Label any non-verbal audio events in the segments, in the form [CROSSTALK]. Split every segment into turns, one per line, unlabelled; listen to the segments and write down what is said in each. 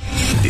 The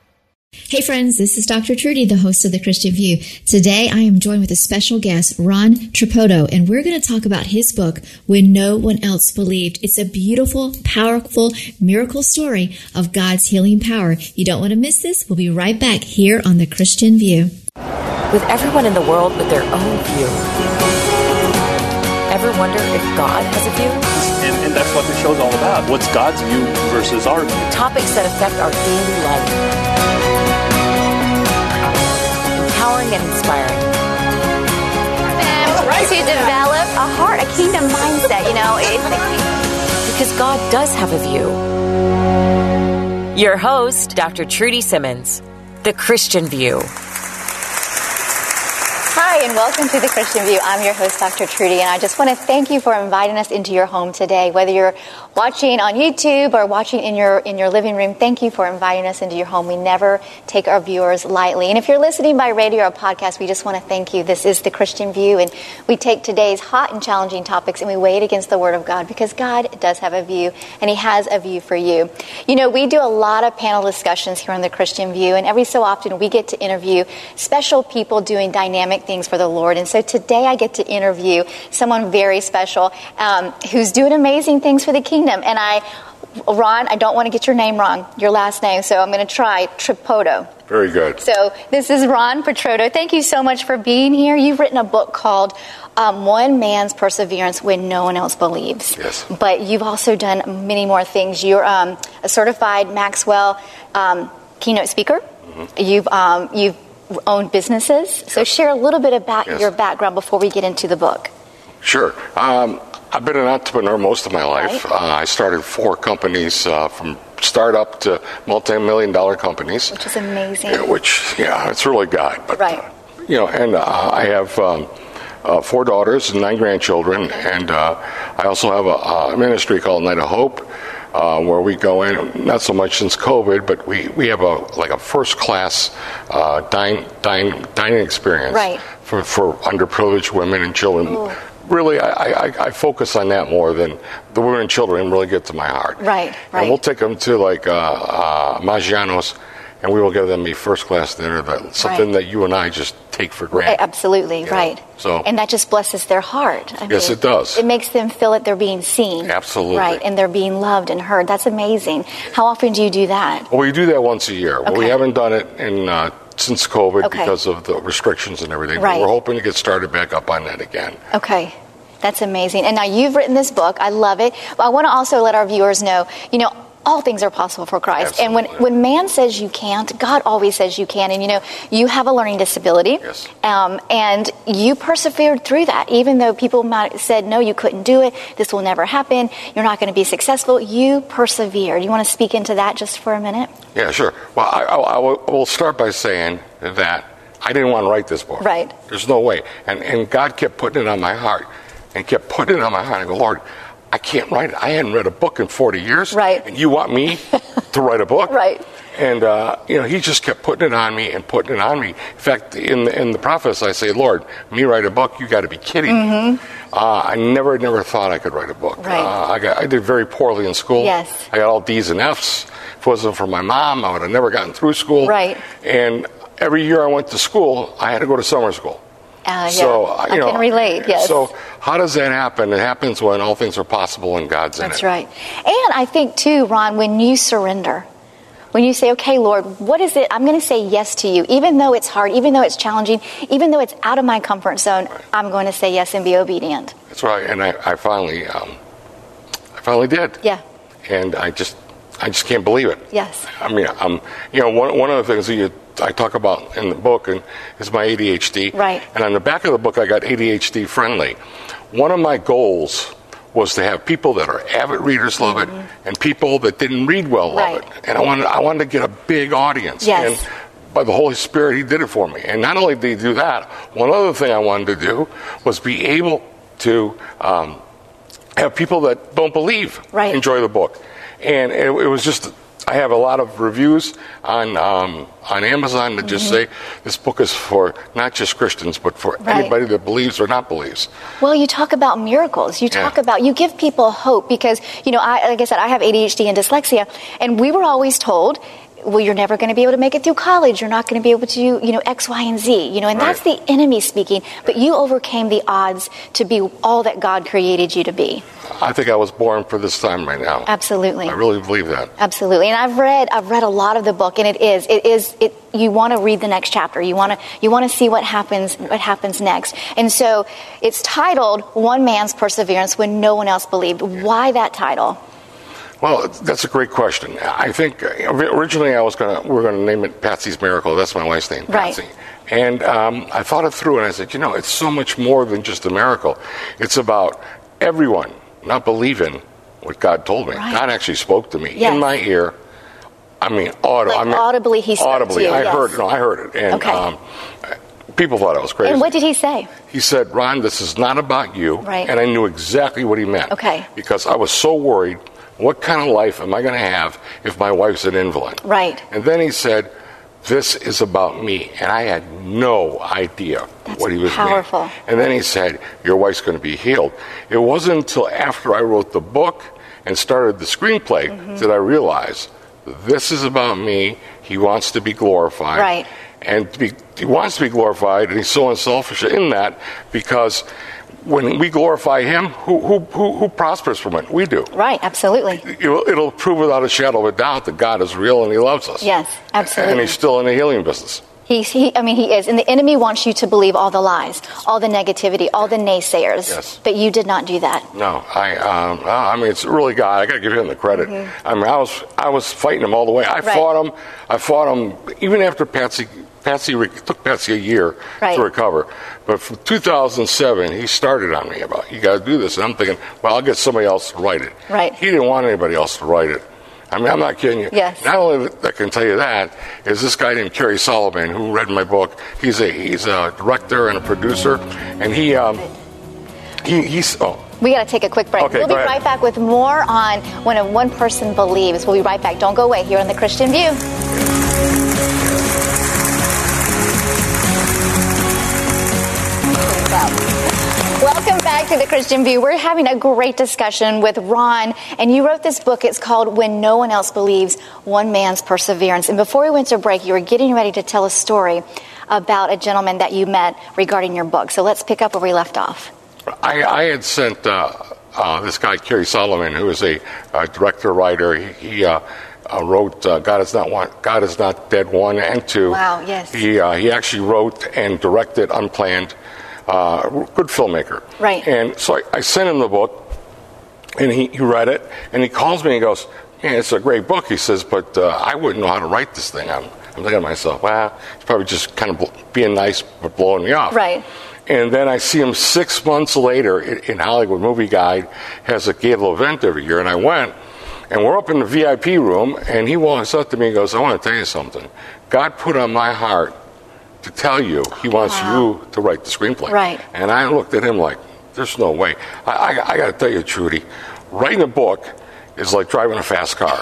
Hey friends, this is Dr. Trudy, the host of The Christian View. Today I am joined with a special guest, Ron Tripotto, and we're going to talk about his book, When No One Else Believed. It's a beautiful, powerful, miracle story of God's healing power. You don't want to miss this. We'll be right back here on The Christian View.
With everyone in the world with their own view. Ever wonder if God has a view?
And, and that's what the show's all about. What's God's view versus our view?
Topics that affect our daily life. Empowering and inspiring.
To develop a heart, a kingdom mindset, you know. It,
Because God does have a view. Your host, Dr. Trudy Simmons, The Christian View.
Hi, and welcome to the Christian View. I'm your host, Dr. Trudy, and I just want to thank you for inviting us into your home today. Whether you're watching on YouTube or watching in your in your living room, thank you for inviting us into your home. We never take our viewers lightly. And if you're listening by radio or podcast, we just want to thank you. This is the Christian View, and we take today's hot and challenging topics and we weigh it against the Word of God because God does have a view, and He has a view for you. You know, we do a lot of panel discussions here on the Christian View, and every so often we get to interview special people doing dynamic things for the Lord. And so today I get to interview someone very special um, who's doing amazing things for the kingdom. And I, Ron, I don't want to get your name wrong, your last name, so I'm going to try Tripoto.
Very good.
So this is Ron Petrodo. Thank you so much for being here. You've written a book called um, One Man's Perseverance When No One Else Believes.
Yes.
But you've also done many more things. You're um, a certified Maxwell um, keynote speaker.
Mm-hmm.
You've um, you've owned businesses. So share a little bit about
Yes.
your background before we get into the book.
Sure. Um, I've been an entrepreneur most of my life.
Right.
Uh, I started four companies uh, from startup to multi-million dollar companies.
Which is amazing.
Yeah, which, yeah, it's really God. But,
Right.
uh, you know, and uh, I have um, uh, four daughters and nine grandchildren, and uh, I also have a, a ministry called Night of Hope. Uh, where we go in, not so much since COVID, but we, we have a like a first class uh, dine, dine, dining experience
Right. Oh.
for, for underprivileged women and children. Really, I, I, I focus on that more than the women and children really get to my heart.
Right, right.
And we'll take them to like uh, uh, Maggiano's, and we will give them a first class dinner, that something
Right.
that you and I just take for granted.
A- Absolutely,
You know,
right.
So
and that just blesses their heart. I
Yes, it does.
It makes them feel that they're being seen.
Absolutely.
Right, and they're being loved and heard. That's amazing. How often do you do that?
well, we do that once a year. Well, we
Okay.
haven't done it in uh, since COVID
Okay.
because of the restrictions and everything.
Right.
But we're hoping to get started back up on that again.
Okay. That's amazing. And now you've written this book. I love it. But I want to also let our viewers know, you know, all things are possible for Christ. And
Absolutely.
when, when man says you can't, God always says you can. And you know, you have a learning disability.
Yes.
Um, and you persevered through that, even though people might said, no, you couldn't do it. This will never happen. You're not going to be successful. You persevered. You want to speak into that just for a minute?
Yeah, sure. Well, I, I, I will I will start by saying that I didn't want to write this book.
Right.
There's no way. And, and God kept putting it on my heart and kept putting it on my heart. I go, Lord, I can't write it. I hadn't read a book in 40 years.
Right.
And you want me to write a
[LAUGHS]
book?
Right.
And, uh, you know, he just kept putting it on me and putting it on me. In fact, in the, in the preface, I say, Lord, me write a book, you got to be kidding me. Uh, I never, never thought I could write a book.
Mm-hmm. Right.
Uh, I, got, I did very poorly in school.
Yes.
I got all D's and F's. If it wasn't for my mom, I would have never gotten through school.
Right.
And every year I went to school, I had to go to summer school.
Uh, yeah.
So uh, you
I
know,
can relate. Yes.
So how does that happen? It happens when all things are possible and God's in
That's
it.
right. And I think, too, Ron, when you surrender, when you say, okay, Lord, what is it? I'm going to say yes to you, even though it's hard, even though it's challenging, even though it's out of my comfort zone, I'm going to say yes and be obedient.
That's right. And I, I finally, um, I finally did.
Yeah.
And I just, I just can't believe it.
Yes.
I mean, um, you know, one, one of the things that you, I talk about in the book and is my ADHD.
Right.
And on the back of the book, I got ADHD friendly. One of my goals was to have people that are avid readers love it, and people that didn't read well love
Mm-hmm. Right.
it. And I wanted, I wanted to get a big audience.
Yes.
And by the Holy Spirit, He did it for me. And not only did He do that, one other thing I wanted to do was be able to um, have people that don't believe
Right.
enjoy the book. And it, it was just, I have a lot of reviews on um, on Amazon that just say this book is for not just Christians, but for
Mm-hmm. Right.
anybody that believes or not believes.
Well, you talk about miracles. You talk
Yeah.
about you give people hope because you know, I, like I said, I have ADHD and dyslexia, and we were always told. Well, you're never going to be able to make it through college. You're not going to be able to, you know, X, Y, and Z. You know, and that's
Right.
the enemy speaking. But you overcame the odds to be all that God created you to be.
I think I was born for this time right now.
Absolutely.
I really believe that.
Absolutely, and I've read I've read a lot of the book, and it is it is it. You want to read the next chapter. You want to you want to see what happens what happens next. And so it's titled "One Man's Perseverance When No One Else Believed." Why that title?
Well, that's a great question. I think uh, originally I was gonna we are gonna name it Patsy's Miracle. That's my wife's name,
Right.
Patsy. And um, I thought it through, and I said, you know, it's so much more than just a miracle. It's about everyone not believing what God told me.
Right.
God actually spoke to me
Yes.
in my ear. I mean, audible.
Like
I mean,
audibly he spoke to
audibly.
you,
I
yes.
heard. No, I heard it, and
Okay.
um, people thought I was crazy.
And what did he say?
He said, Ron, this is not about you.
Right.
And I knew exactly what he meant.
Okay.
Because I was so worried what kind of life am I going to have if my wife's an invalid?
Right.
And then he said, This is about me. And I had no idea
That's
what he was
powerful.
meaning. And then he said, Your wife's going to be healed. It wasn't until after I wrote the book and started the screenplay
Mm-hmm.
that I realized this is about me. He wants to be glorified
Right.
and to be, he wants to be glorified, and he's so unselfish in that because when we glorify him, who, who, who, who prospers from it? We do.
Right, absolutely.
It'll, it'll prove without a shadow of a doubt that God is real and he loves us.
Yes, absolutely.
And he's still in the healing business.
He, he, I mean, he is. And the enemy wants you to believe all the lies, all the negativity, all the naysayers.
Yes.
But you did not do that.
No, I, um, uh, I mean, it's really God. I got to give him the credit. I mean, I was, I was fighting him all the way. I
Mm-hmm. Right.
fought him. I fought him even after Patsy. Patsy re- it took Patsy a year
Right.
to recover, but from 2007 he started on me about you got to do this, and I'm thinking, well, I'll get somebody else to write it.
Right.
He didn't want anybody else to write it. I mean, I'm not kidding you.
Yes.
Not only that I can tell you that is this guy named Kerry Solomon who read my book. He's a he's a director and a producer, and he um, he he's oh.
We got to take a quick break.
Okay,
we'll be
go ahead.
right back with more on when a one person believes. We'll be right back. Don't go away here on the Christian View. Welcome back to the Christian View. We're having a great discussion with Ron, and you wrote this book. It's called When No One Else Believes One Man's Perseverance. And before we went to break, you were getting ready to tell a story about a gentleman that you met regarding your book. So let's pick up where we left off.
I, I had sent uh, uh, this guy, Kerry Solomon, who is a uh, director writer. He, he uh, uh, wrote uh, "God Is Not One, God Is Not Dead" one and two.
Wow, yes.
He uh, he actually wrote and directed Unplanned. Uh, good filmmaker.
Right.
And so I, I sent him the book, and he, he read it, and he calls me and goes, "Man, it's a great book." He says, "But uh, I wouldn't know how to write this thing." I'm, I'm thinking to myself, "Well, he's probably just kind of bl- being nice, but blowing me off."
Right.
And then I see him six months later in in Hollywood Movie Guide has a Gable event every year, and I went. And we're up in the VIP room, and he walks up to me and goes, "I want to tell you something. God put on my heart to tell you He wants you to write the screenplay."
Right.
And I looked at him like, "There's no way." I, I, I got to tell you, Trudy, writing a book is like driving a fast
[LAUGHS]
car.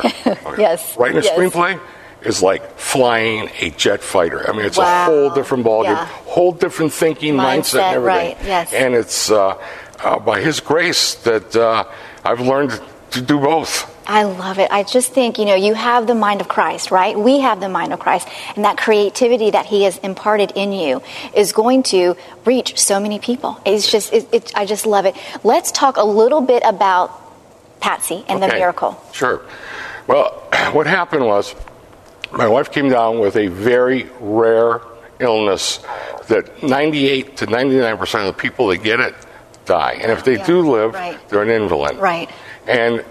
Yes,
Writing a
yes.
screenplay is like flying a jet fighter. I mean, it's
Wow,
a whole different ballgame,
yeah.
whole different thinking mindset, and
Mindset, right,
everything.
yes.
And it's uh, uh, by His grace that uh, I've learned to do both.
I love it. I just think, you know, you have the mind of Christ, right? We have the mind of Christ. And that creativity that He has imparted in you is going to reach so many people. It's just, it, it, I just love it. Let's talk a little bit about Patsy and the
Okay.
miracle.
Sure. Well, [CLEARS THROAT] what happened was my wife came down with a very rare illness that 98 to 99% of the people that get it die. And if they
Yeah,
do live,
right.
they're an invalid.
Right.
And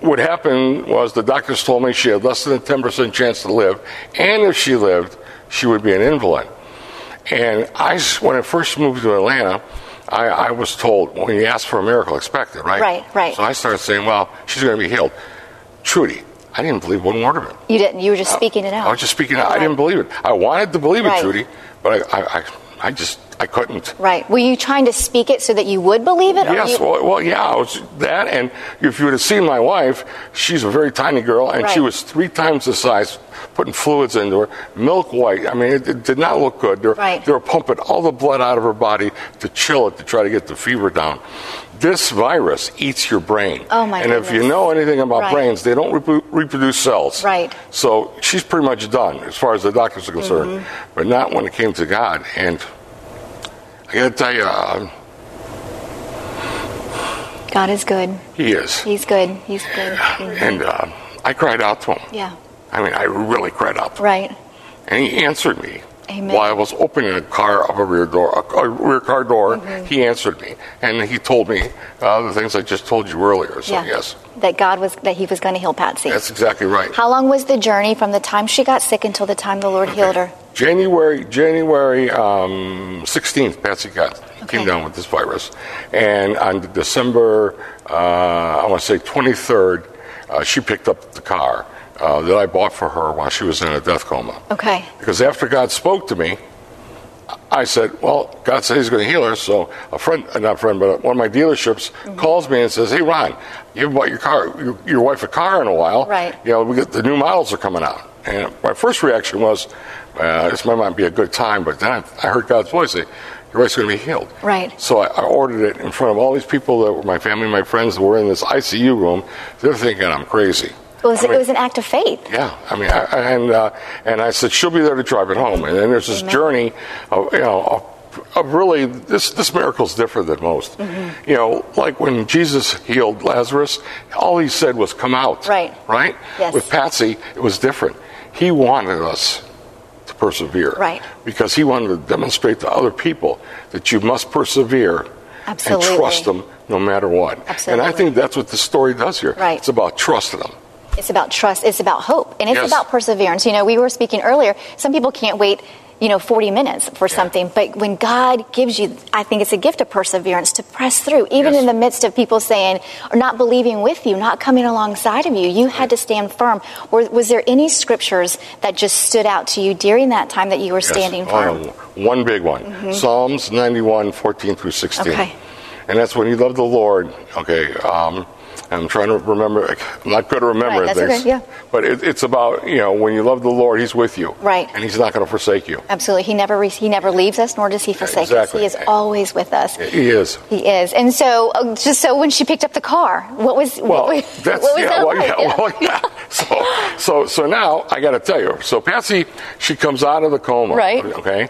what happened was the doctors told me she had less than a 10% chance to live, and if she lived, she would be an invalid. And I, s- when I first moved to Atlanta, I, I was told when you ask for a miracle, expect it, right?
Right, right.
So I started saying, well, she's going to be healed. Trudy, I didn't believe one word of it.
You didn't. You were just speaking it out.
Uh, I was just speaking. I
Right.
didn't believe it. I wanted to believe
Right.
it, Trudy, but I, I, I, I just I couldn't.
Right. Were you trying to speak it so that you would believe it? or
Yes,
you-
well, well, yeah, it was that. And if you would have seen my wife, she's a very tiny girl, and she
Right.
was three times the size, putting fluids into her, milk white. I mean, it, it did not look good. They were,
Right.
they were pumping all the blood out of her body to chill it, to try to get the fever down. This virus eats your brain.
Oh, my
And if you
goodness.
know anything about
Right.
brains, they don't repro- reproduce cells.
Right.
So she's pretty much done as far as the doctors are concerned,
Mm-hmm.
but not when it came to God. And I got to tell you, uh,
God is good.
He is.
He's good. He's good.
And uh, I cried out to him.
Yeah.
I mean, I really cried out. to him.
Right.
And he answered me.
Amen.
While I was opening a car up a rear door, a, a rear car door,
Mm-hmm.
he answered me, and he told me uh, the things I just told you earlier. So
yeah.
yes,
That God was that He was going to heal Patsy.
that's exactly right.
How long was the journey from the time she got sick until the time the Lord healed her?
January January um, 16th, Patsy got
Okay.
came down with this virus, and on December uh, I want to say 23rd, uh, she picked up the car uh, that I bought for her while she was in a death coma.
Okay.
Because after God spoke to me, I said, "Well, God said He's going to heal her." So a friend, uh, not a friend, but one of my dealerships
Mm-hmm.
calls me and says, "Hey, Ron, you haven't bought your car, your, your wife a car in a while.
Right.
You know, we got, the new models are coming out." And my first reaction was, uh, "This might not be a good time." But then I, I heard God's voice say, "Your wife's going to be healed."
Right.
So I, I ordered it in front of all these people that were my family, my friends that were in this ICU room. They're thinking I'm crazy.
It was,
I mean-
it was an act of faith.
yeah, I mean, I, I- and uh, and I said she'll be there to drive it home, and then there's this journey, of, you know, of, of really this this miracle's different than most.
Mm-hmm.
You know, like when Jesus healed Lazarus, all he said was "come out."
Right.
Right.
Yes.
With Patsy, it was different. He wanted us to persevere.
Right.
Because he wanted to demonstrate to other people that you must persevere
Absolutely.
and trust them no matter what. And I
Absolutely.
think that's what the story does here.
Right.
It's about trusting them.
It's about trust. It's about hope, and it's
Yes.
about perseverance. You know, we were speaking earlier. Some people can't wait. You know, 40 minutes for something. But when God gives you, I think it's a gift of perseverance to press through, even
Yes.
in the midst of people saying or not believing with you, not coming alongside of you. You had to stand firm. Or was there any scriptures that just stood out to you during that time that you were
Yes.
standing
Oh,
firm? Mm-hmm.
one big one. Psalms 91, 14 through 16.
Okay.
And that's when you love the Lord. Okay. Um, I'm trying to remember. I'm not good at remembering
Right, that's
things.
okay, yeah.
But it, it's about, you know, when you love the Lord, He's with you.
Right.
And He's not going to forsake you.
Absolutely. He never re- he never leaves us, nor does he forsake
exactly.
us. He is always with us.
He is.
He is. And so, uh, just so when she picked up the car, what was
Well,
what was,
that's
what was
yeah,
that
well,
like?
yeah,
Yeah.
well, [LAUGHS] yeah. So, so, so now I got to tell you. So Patsy, she comes out of the coma,
Right.
Okay,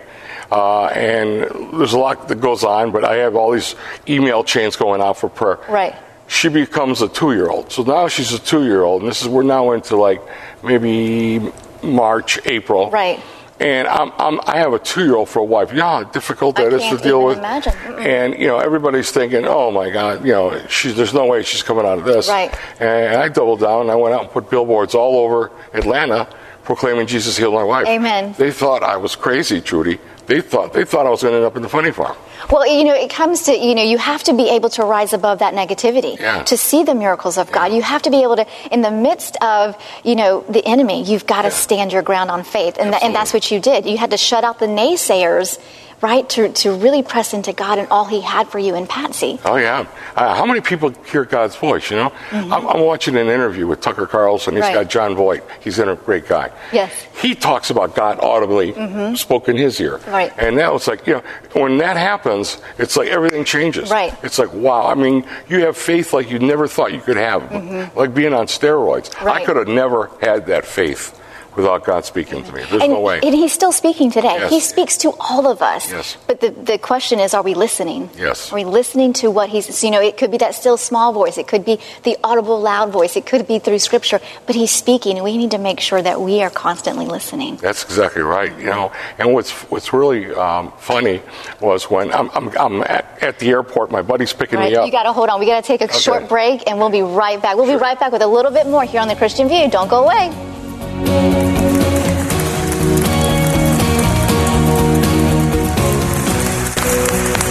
uh, and there's a lot that goes on, but I have all these email chains going out for prayer.
Right.
She becomes a two-year-old. So now she's a two-year-old, and this is we're now into like maybe March, April.
Right.
And I'm, I'm, I have a two-year-old for a wife. You know how difficult
I
that is
can't
to deal
even
with.
imagine. Mm-mm.
And you know everybody's thinking, oh my God, you know she's, there's no way she's coming out of this.
Right.
And I doubled down. I went out and put billboards all over Atlanta proclaiming Jesus healed my wife.
Amen.
They thought I was crazy, Trudy. They thought they thought I was going to end up in the funny farm.
Well, you know, it comes to, you know, you have to be able to rise above that negativity
Yeah.
to see the miracles of God. You have to be able to, in the midst of, you know, the enemy, you've got to stand your ground on faith. And, that and that's what you did. You had to shut out the naysayers, right, to, to really press into God and all he had for you and Patsy.
Oh yeah. Uh, how many people hear God's voice? You know, I'm, I'm watching an interview with Tucker Carlson. He's
Mm-hmm. Right.
got John Voight. He's a great guy.
Yes. Mm-hmm.
He talks about God audibly spoke in his ear.
Right.
And that was like, you know, when that happens, it's like everything changes.
Right.
It's like, wow. I mean, you have faith like you never thought you could have, like being on steroids.
Mm-hmm. Right.
I could have never had that faith without God speaking to me. There's
and,
no way.
and he's still speaking today.
Yes.
He speaks to all of us.
Yes.
But the, the question is, are we listening?
Yes.
Are we listening to what he's, so, you know, it could be that still small voice. It could be the audible loud voice. It could be through scripture, but he's speaking and we need to make sure that we are constantly listening.
That's exactly right. You know, and what's what's really um, funny was when I'm I'm, I'm at, at the airport, my buddy's picking
All right,
me up.
you got to hold on. We got to take a
Okay.
short break and we'll be right back. We'll be right back with a little bit more here on the Christian View. Don't go away.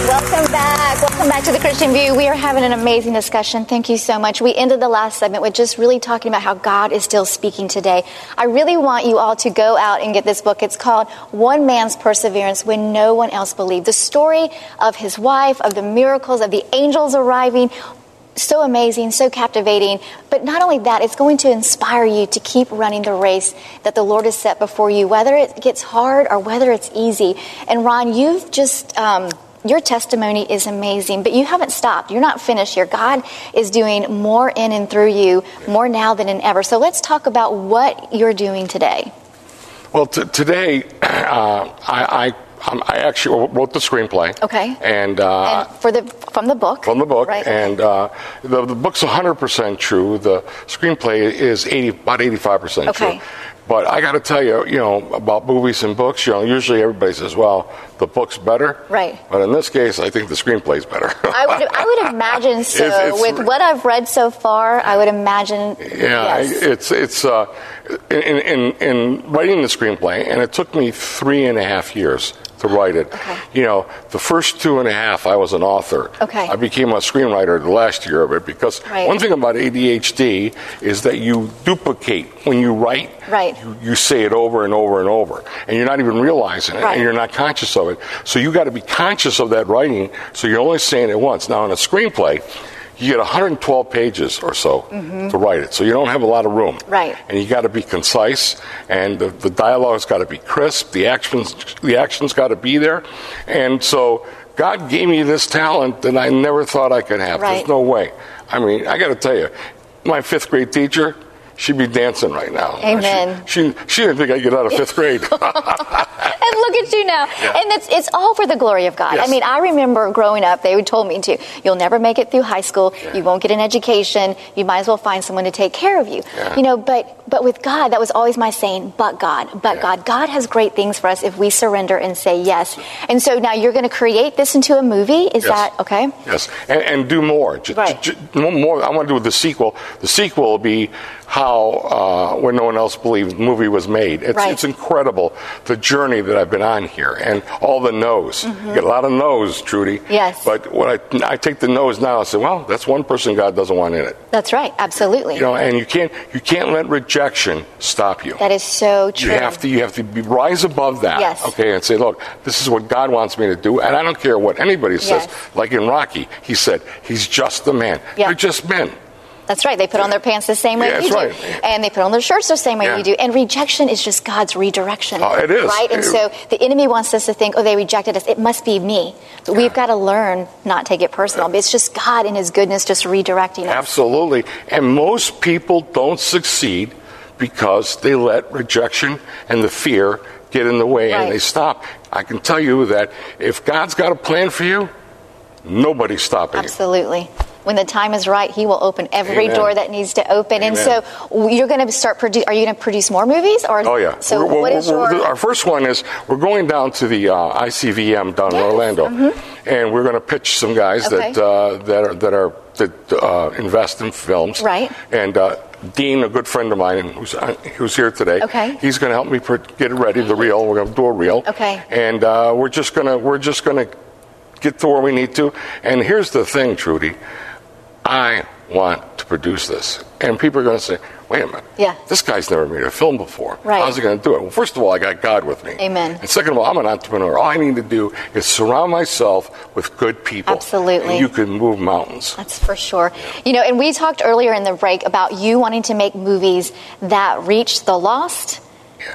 Welcome back. Welcome back back to the Christian View. We are having an amazing discussion. Thank you so much. We ended the last segment with just really talking about how God is still speaking today. I really want you all to go out and get this book. It's called One Man's Perseverance When No One Else Believed. The story of his wife, of the miracles, of the angels arriving, so amazing, so captivating. But not only that, it's going to inspire you to keep running the race that the Lord has set before you, whether it gets hard or whether it's easy. And Ron, you've just. Um, your testimony is amazing, but you haven't stopped. You're not finished here. God is doing more in and through you, more now than in ever. So let's talk about what you're doing today.
Well, t- today, [CLEARS THROAT] uh, I, I, um, I actually wrote the screenplay.
Okay.
And, uh,
and for the from the book.
from the book,
Right.
and uh, the, the book's 100% true. The screenplay is 80, about 85%
Okay.
true. But I got to tell you, you know, about movies and books, you know, usually everybody says, well, the book's better.
Right.
But in this case, I think the screenplay's better.
I would, I would imagine so.
[LAUGHS] It's- it's-
With what I've read so far, I would imagine.
Yeah,
yes.
I- it's it's uh, in, in in writing the screenplay, and it took me three and a half years to write it. You know, the first two and a half, I was an author.
Okay.
I became a screenwriter the last year of it because
Right.
one thing about ADHD is that you duplicate when you write.
Right.
You, you say it over and over and over, and you're not even realizing it,
Right.
and you're not conscious of it. So you got to be conscious of that writing. So you're only saying it once. Now, in a screenplay, you get 112 pages or so to write it. So you don't have a lot of room.
Mm-hmm. Right.
And you got to be concise, and the, the dialogue's got to be crisp. The actions, the action's got to be there, and so. God gave me this talent that I never thought I could have.
Right.
There's no way. I mean, I got to tell you, my fifth grade teacher, she'd be dancing right now.
Amen.
She, she, she didn't think I'd get out of fifth grade. [LAUGHS]
and look at you now.
Yeah.
And it's, it's all for the glory of God.
Yes.
I mean, I remember growing up, they would told me to, you'll never make it through high school.
Yeah.
You won't get an education. You might as well find someone to take care of you.
Yeah.
You know, but, but with God, that was always my saying, but God, but
Yeah.
God. God has great things for us if we surrender and say yes. And so now you're going to create this into a movie. Is
Yes.
that okay?
Yes, and, and do more. J-
Right.
j- j- no more. I want to do the sequel. The sequel will be how uh, when no one else believed the movie was made. It's,
Right.
it's incredible the journey that I've been on here and all the no's. You get a lot of no's, Trudy.
Mm-hmm. Yes.
But when I, I take the no's now, I say, well, that's one person God doesn't want in it.
That's right. Absolutely.
You know, and you can't you can't let rejection stop you.
that is so true.
You have to you have to be, rise above that.
Yes.
Okay, and say, look, this is what God wants me to do, and I don't care what anybody says.
Yes.
Like in Rocky, he said, he's just the man.
Yeah.
They're just men.
That's right. They put on their pants the same way
Yeah,
we do.
that's right.
And they put on their shirts the same way
Yeah.
we do. And rejection is just God's redirection.
Oh, it is.
Right? And
It-
so the enemy wants us to think, oh, they rejected us. It must be me. But we've got to learn not take it personal. But It's just God in his goodness just redirecting us.
Absolutely. And most people don't succeed because they let rejection and the fear get in the way
Right.
and they stop. I can tell you that if God's got a plan for you, nobody's stopping you.
Absolutely. When the time is right, he will open every
Amen.
door that needs to open. And so
Amen.
w- you're going to start produ- are you going to produce more movies or
Oh yeah.
So
We're- we're-
what is
we're-
your
Our first one is we're going down to the uh, ICVM down in
Yes, Mm-hmm.
Orlando, and we're going to pitch some guys that
Okay.
uh, that are that are that uh, invest in films.
Right.
And uh, Dean, a good friend of mine, who's on- who's here today.
Okay.
He's going to help me pr- get it ready. The reel. We're going to do a reel.
Okay.
And uh, we're just gonna we're just gonna get to where we need to. And here's the thing, Trudy. I want to produce this. And people are going to say, wait a minute.
Yeah.
This guy's never made a film before.
Right.
How's he going to do it? Well, first of all, I got God with me.
Amen.
And second of all, I'm an entrepreneur. All I need to do is surround myself with good people.
Absolutely.
And you can move mountains.
That's for sure. You know, and we talked earlier in the break about you wanting to make movies that reach the lost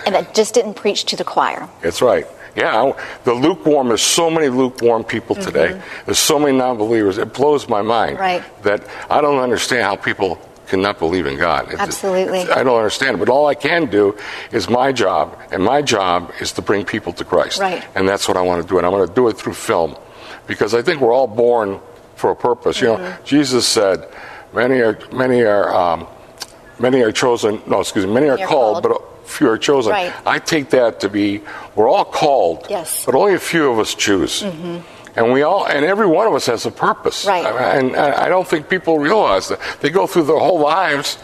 and that just didn't preach to the choir.
That's right. Yeah, I- the lukewarm. There's so many lukewarm people today. There's so many non-believers. It blows my mind.
Mm-hmm. Right.
That I don't understand how people cannot believe in God. It's-
Absolutely.
it's- I don't understand it. But all I can do is my job, and my job is to bring people to Christ.
Right.
And that's what I want to do, and I want to do it through film, because I think we're all born for a purpose. You
Mm-hmm.
know, Jesus said, "Many are, many are, um, many are chosen. No, excuse me, many are
Many are
called,
called.
but." Few are chosen.
Right.
I take that to be we're all called,
Yes. Mm-hmm.
but only a few of us choose. And we all, and every one of us has a purpose.
Right.
I- And I I don't think people realize that they go through their whole lives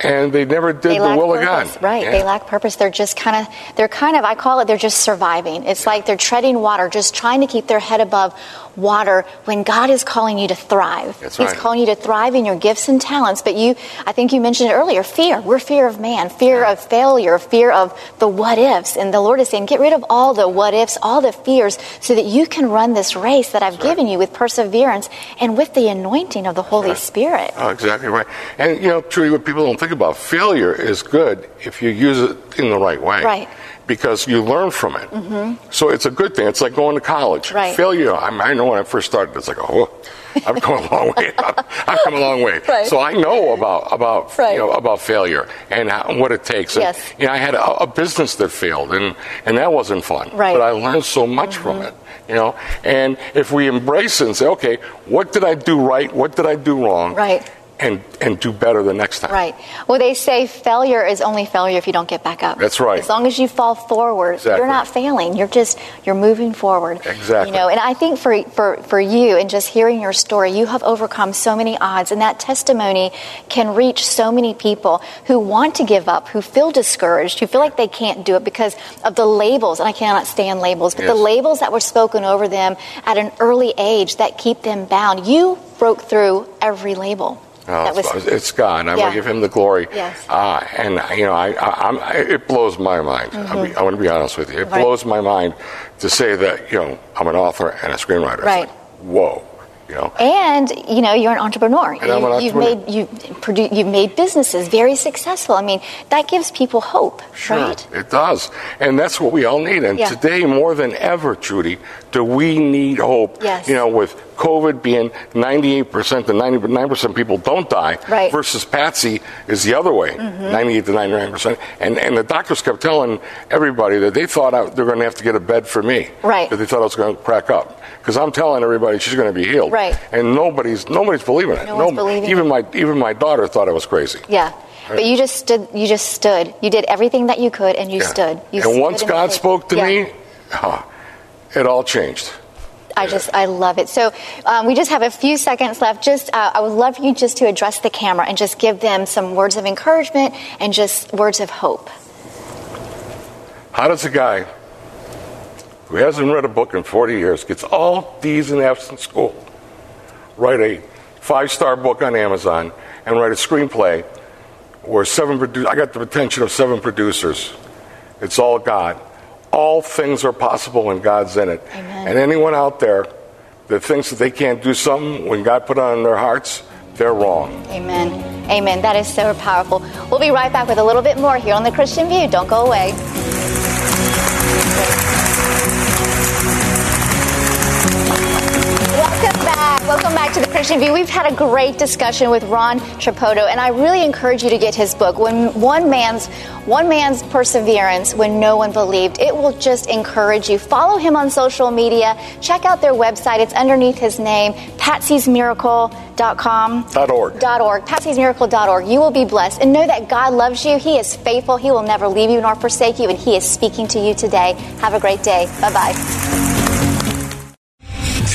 and they never did
They
the
lack
will of
purpose.
God.
Right.
Yeah.
They lack purpose. They're just kind of, they're kind of, I call it, they're just surviving. It's like they're treading water, just trying to keep their head above water when God is calling you to thrive.
That's
He's
right.
calling you to thrive in your gifts and talents. But you, I think you mentioned it earlier fear. We're fear of man, fear of failure, fear of the what ifs. And the Lord is saying, get rid of all the what ifs, all the fears, so that you can run this race that I've given you with perseverance and with the anointing of the Holy Spirit.
Oh, exactly right. And you know, truly, what people don't think about failure is good if you use it in the right way.
Right.
Because you learn from it. Mm-hmm. So it's a good thing. It's like going to college.
Right.
Failure, I, mean, I know when I first started, it's like, oh,
[LAUGHS]
I've come a long way. [LAUGHS] I've, I've come a long way.
Right.
So I know about about
Right.
you know about failure and how, what it takes. And,
Yes.
You know, I had a, a business that failed, and and that wasn't fun.
Right. Mm-hmm.
But I learned so much from it. You know, and if we embrace it and say, okay, what did I do right? What did I do wrong?
Right.
and and do better the next time.
Right. Well, they say failure is only failure if you don't get back up.
That's right.
As long as you fall forward,
Exactly.
you're not failing. You're just you're moving forward.
Exactly.
You know, and I think for for for you and just hearing your story, you have overcome so many odds, and that testimony can reach so many people who want to give up, who feel discouraged, who feel like they can't do it because of the labels. And I cannot stand labels, but the
Yes.
labels that were spoken over them at an early age that keep them bound. You broke through every label.
Oh,
that was
it's- it's God.
Yeah.
I want to give Him the glory.
Yes.
Ah, and you know, I, I, I'm, I it blows my mind. I'll be, I want to be honest with you. It
Mm-hmm. Right.
blows my mind to say that you know I'm an author and a screenwriter. It's
Right.
like, whoa. You know.
And you know you're an entrepreneur.
And I'm an
you,
entrepreneur.
You've made you produ- you've made businesses very successful. I mean that gives people hope,
Sure,
right?
it does. And that's what we all need. And
Yeah.
today, more than ever, Trudy, do we need hope?
Yes.
You know, with COVID being 98% to 99% people don't die,
Right. Mm-hmm.
versus Patsy is the other way, 98 to 99%. And, and the doctors kept telling everybody that they thought I, they were going to have to get a bed for me.
Right.
That they thought I was going to crack up. Because I'm telling everybody she's going to be healed.
Right.
And nobody's, nobody's believing it.
No one's believing
even My, even my daughter thought I was crazy.
Yeah. But you just stood. You just stood. You did everything that you could, and you
Yeah.
stood. You
and
stood
once
in the
God
faith.
spoke to
Yeah.
me, huh, it all changed.
I just, I love it. So um, we just have a few seconds left. Just, uh, I would love for you just to address the camera and just give them some words of encouragement and just words of hope.
How does a guy who hasn't read a book in 40 years gets all D's and F's in school write a five-star book on Amazon and write a screenplay where seven produ- I got the attention of seven producers. It's all God. All things are possible when God's in it.
Amen.
And anyone out there that thinks that they can't do something when God put it on their hearts, they're wrong.
Amen. Amen. That is so powerful. We'll be right back with a little bit more here on the Christian View. Don't go away. Welcome back. Welcome back to the Christian View. We've had a great discussion with Ron Tripotto, and I really encourage you to get his book. When one man's one man's perseverance when no one believed, it will just encourage you. Follow him on social media. Check out their website. It's underneath his name, patsy'smiracle.com.
Dot org.
Dot org. Patsy'sMiracle.org. You will be blessed, and know that God loves you. He is faithful. He will never leave you nor forsake you, and He is speaking to you today. Have a great day. Bye bye.